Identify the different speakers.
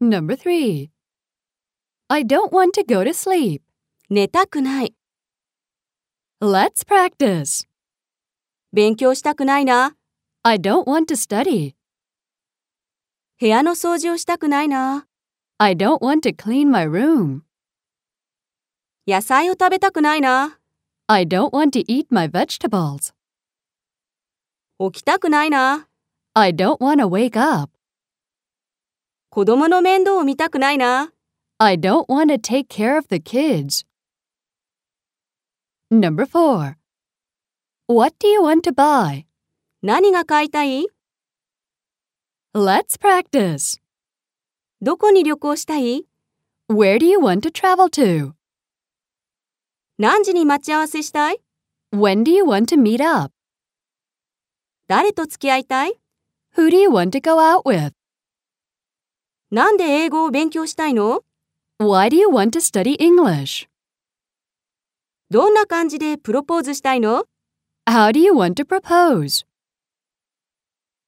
Speaker 1: Number three. I don't want to go to sleep.
Speaker 2: 寝たくない。
Speaker 1: Let's practice.
Speaker 2: 勉強したくないな。
Speaker 1: I don't want to study.
Speaker 2: 部屋の掃除をしたくないな。
Speaker 1: I don't want to clean my room.
Speaker 2: 野菜を食べたくないな。
Speaker 1: I don't want to eat my vegetables.
Speaker 2: 起きたくないな。
Speaker 1: I don't want to wake up.
Speaker 2: 子供の面倒を見たくないな。
Speaker 1: I don't want to take care of the kids. Number four. What do you want to buy?
Speaker 2: 何が買いたい
Speaker 1: Let's practice.
Speaker 2: どこに旅行したい
Speaker 1: Where do you want to travel to?
Speaker 2: 何時に待ち合わせしたい
Speaker 1: When do you want to meet up?
Speaker 2: 誰と付き合いたい
Speaker 1: Who do you want to go out with?
Speaker 2: なんで英語を勉強したいの
Speaker 1: Why do you want to study English?
Speaker 2: どんな感じでプロポーズしたいの
Speaker 1: How do you want to propose?